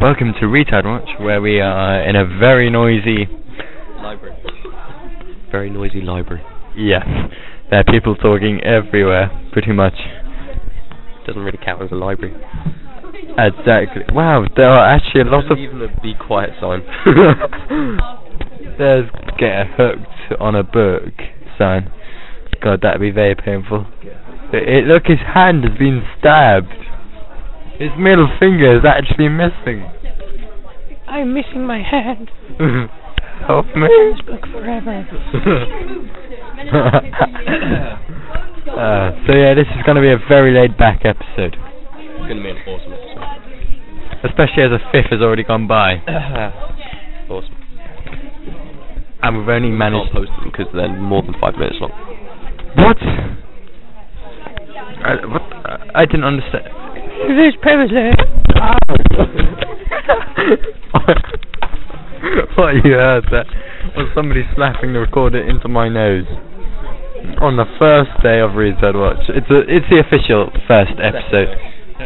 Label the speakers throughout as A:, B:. A: Welcome to Retard Watch, where we are in a very noisy.
B: Library. Very noisy library.
A: Yeah, there are people talking everywhere, pretty much.
B: Doesn't really count as a library.
A: Exactly. Wow, there are actually a lot
B: There's
A: of.
B: even a be quiet sign.
A: There's get hooked on a book sign. God, that'd be very painful. It, it- look, his hand has been stabbed. His middle finger is actually missing.
C: I'm missing my hand.
A: Help me.
C: This book forever.
A: uh, so yeah, this is going to be a very laid-back episode,
B: it's gonna be an awesome episode.
A: especially as a fifth has already gone by,
B: awesome.
A: and we've only managed.
B: Can't post them because they're more than five minutes long.
A: What? I, what? I- I didn't understand.
C: This privilege.
A: what you heard that was somebody slapping the recorder into my nose on the first day of Reset Watch. It's a, it's the official first episode.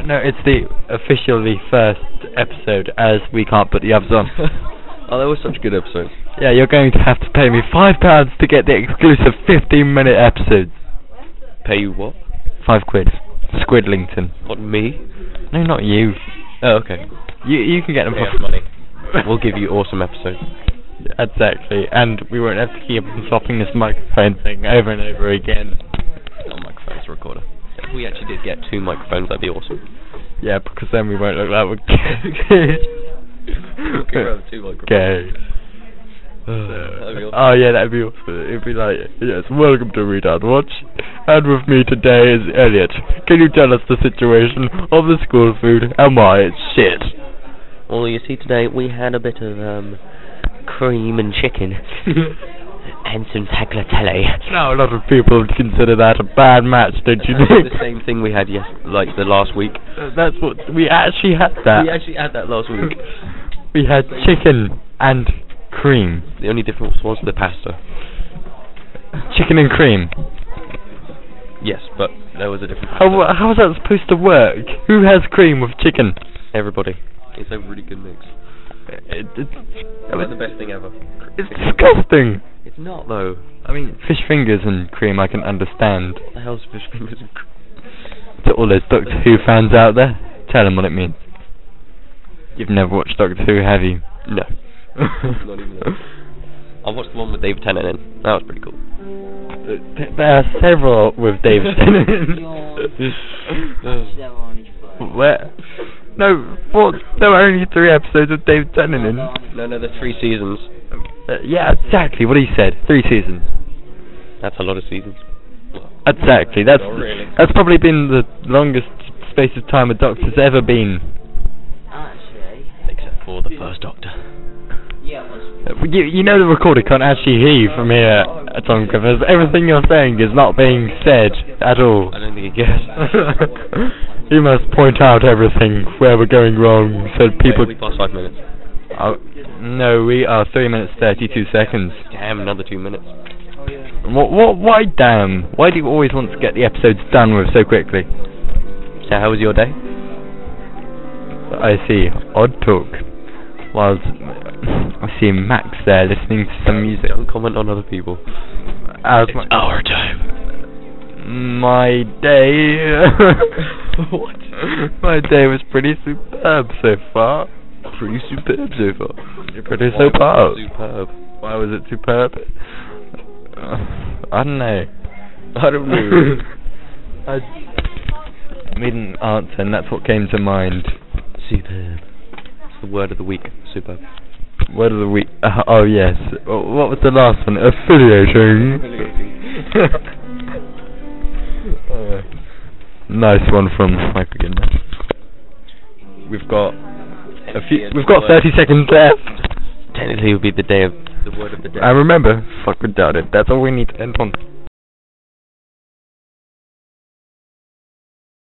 A: No, it's the officially first episode as we can't put the others on.
B: oh, they were such good episodes.
A: yeah, you're going to have to pay me five pounds to get the exclusive 15-minute episodes.
B: Pay you what?
A: Five quid. Squidlington.
B: What me?
A: No, not you.
B: Oh, okay.
A: You you can get them
B: Pay
A: for
B: us money. We'll give you awesome episodes.
A: Exactly, and we won't have to keep on swapping this microphone thing over and over again.
B: Not microphones, recorder. If we actually did get two microphones, that'd be awesome.
A: Yeah, because then we won't look like we're
B: Looking around with two microphones.
A: gay.
B: That'd be awesome.
A: Oh yeah, that'd be awesome. It'd be like, yes, welcome to Retard Watch, and with me today is Elliot. Can you tell us the situation of the school food and why it's shit?
B: Well, you see, today we had a bit of um, cream and chicken and some tagliatelle.
A: now a lot of people would consider that a bad match, don't you think? Uh,
B: the same thing we had yes, like the last week.
A: That's what we actually had that.
B: We actually had that last week.
A: We had chicken and cream.
B: the only difference was the pasta.
A: Chicken and cream.
B: Yes, but there was a different pasta.
A: How, wha- how is that supposed to work? Who has cream with chicken?
B: Everybody. It's a really good mix.
A: It, it's,
B: That was the best thing ever.
A: it's disgusting.
B: It's not though.
A: I mean, fish fingers and cream I can understand.
B: What the hell's fish fingers and cream?
A: To all those Doctor Who fans out there, tell them what it means. You've never watched Doctor Who, have you?
B: No. Not even that. I watched the one with David Tennant in. That was pretty cool.
A: Th- There are several with David Tennant. Where? No, what? There were only three episodes of David Tennant in.
B: No, no, the three seasons.
A: Uh, yeah, exactly what he said. Three seasons.
B: That's a lot of seasons.
A: Exactly. That's
B: Oh, really?
A: that's probably been the longest space of time a Doctor's ever been.
D: Actually,
B: Except for the first Doctor.
D: yeah, it was.
A: Uh, You, you know the recorder can't actually hear you from here, uh, Tom Griffiths. Everything you're saying is not being said at all.
B: I don't think he guessed.
A: you must point out everything where we're going wrong so people...
B: Wait, we passed five minutes.
A: Oh, no, we are 3 minutes 32 seconds.
B: Damn, another two minutes.
A: What, what, why damn? Why do you always want to get the episodes done with so quickly?
B: So how was your day?
A: I see. Odd talk. Whilst I see Max there listening to some music.
B: Don't comment on other people.
A: As
B: It's
A: my,
B: Oh, our time.
A: my day.
B: What?
A: My day was pretty superb so far.
B: Pretty superb so far.
A: You're pretty
B: Why was it
A: superb.
B: Superb.
A: Why was it superb? Uh, I don't know.
B: I don't know.
A: I made an answer, and that's what came to mind.
B: superb. It's the word of the week. Superb.
A: Word of the week. Uh, oh yes. Uh, What was the last one? Affiliating. Uh, nice one from Michael Goodman. We've got a few. We've got 30 seconds left.
B: Technically, it would be the day of the word of the day.
A: And remember, fuck without it. That's all we need to end on.